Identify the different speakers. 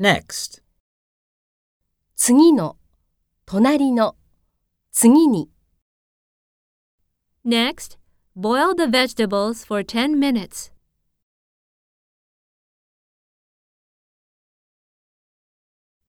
Speaker 1: Next.
Speaker 2: 次の、隣の、次に、
Speaker 3: Next, boil the vegetables for 10 minutes.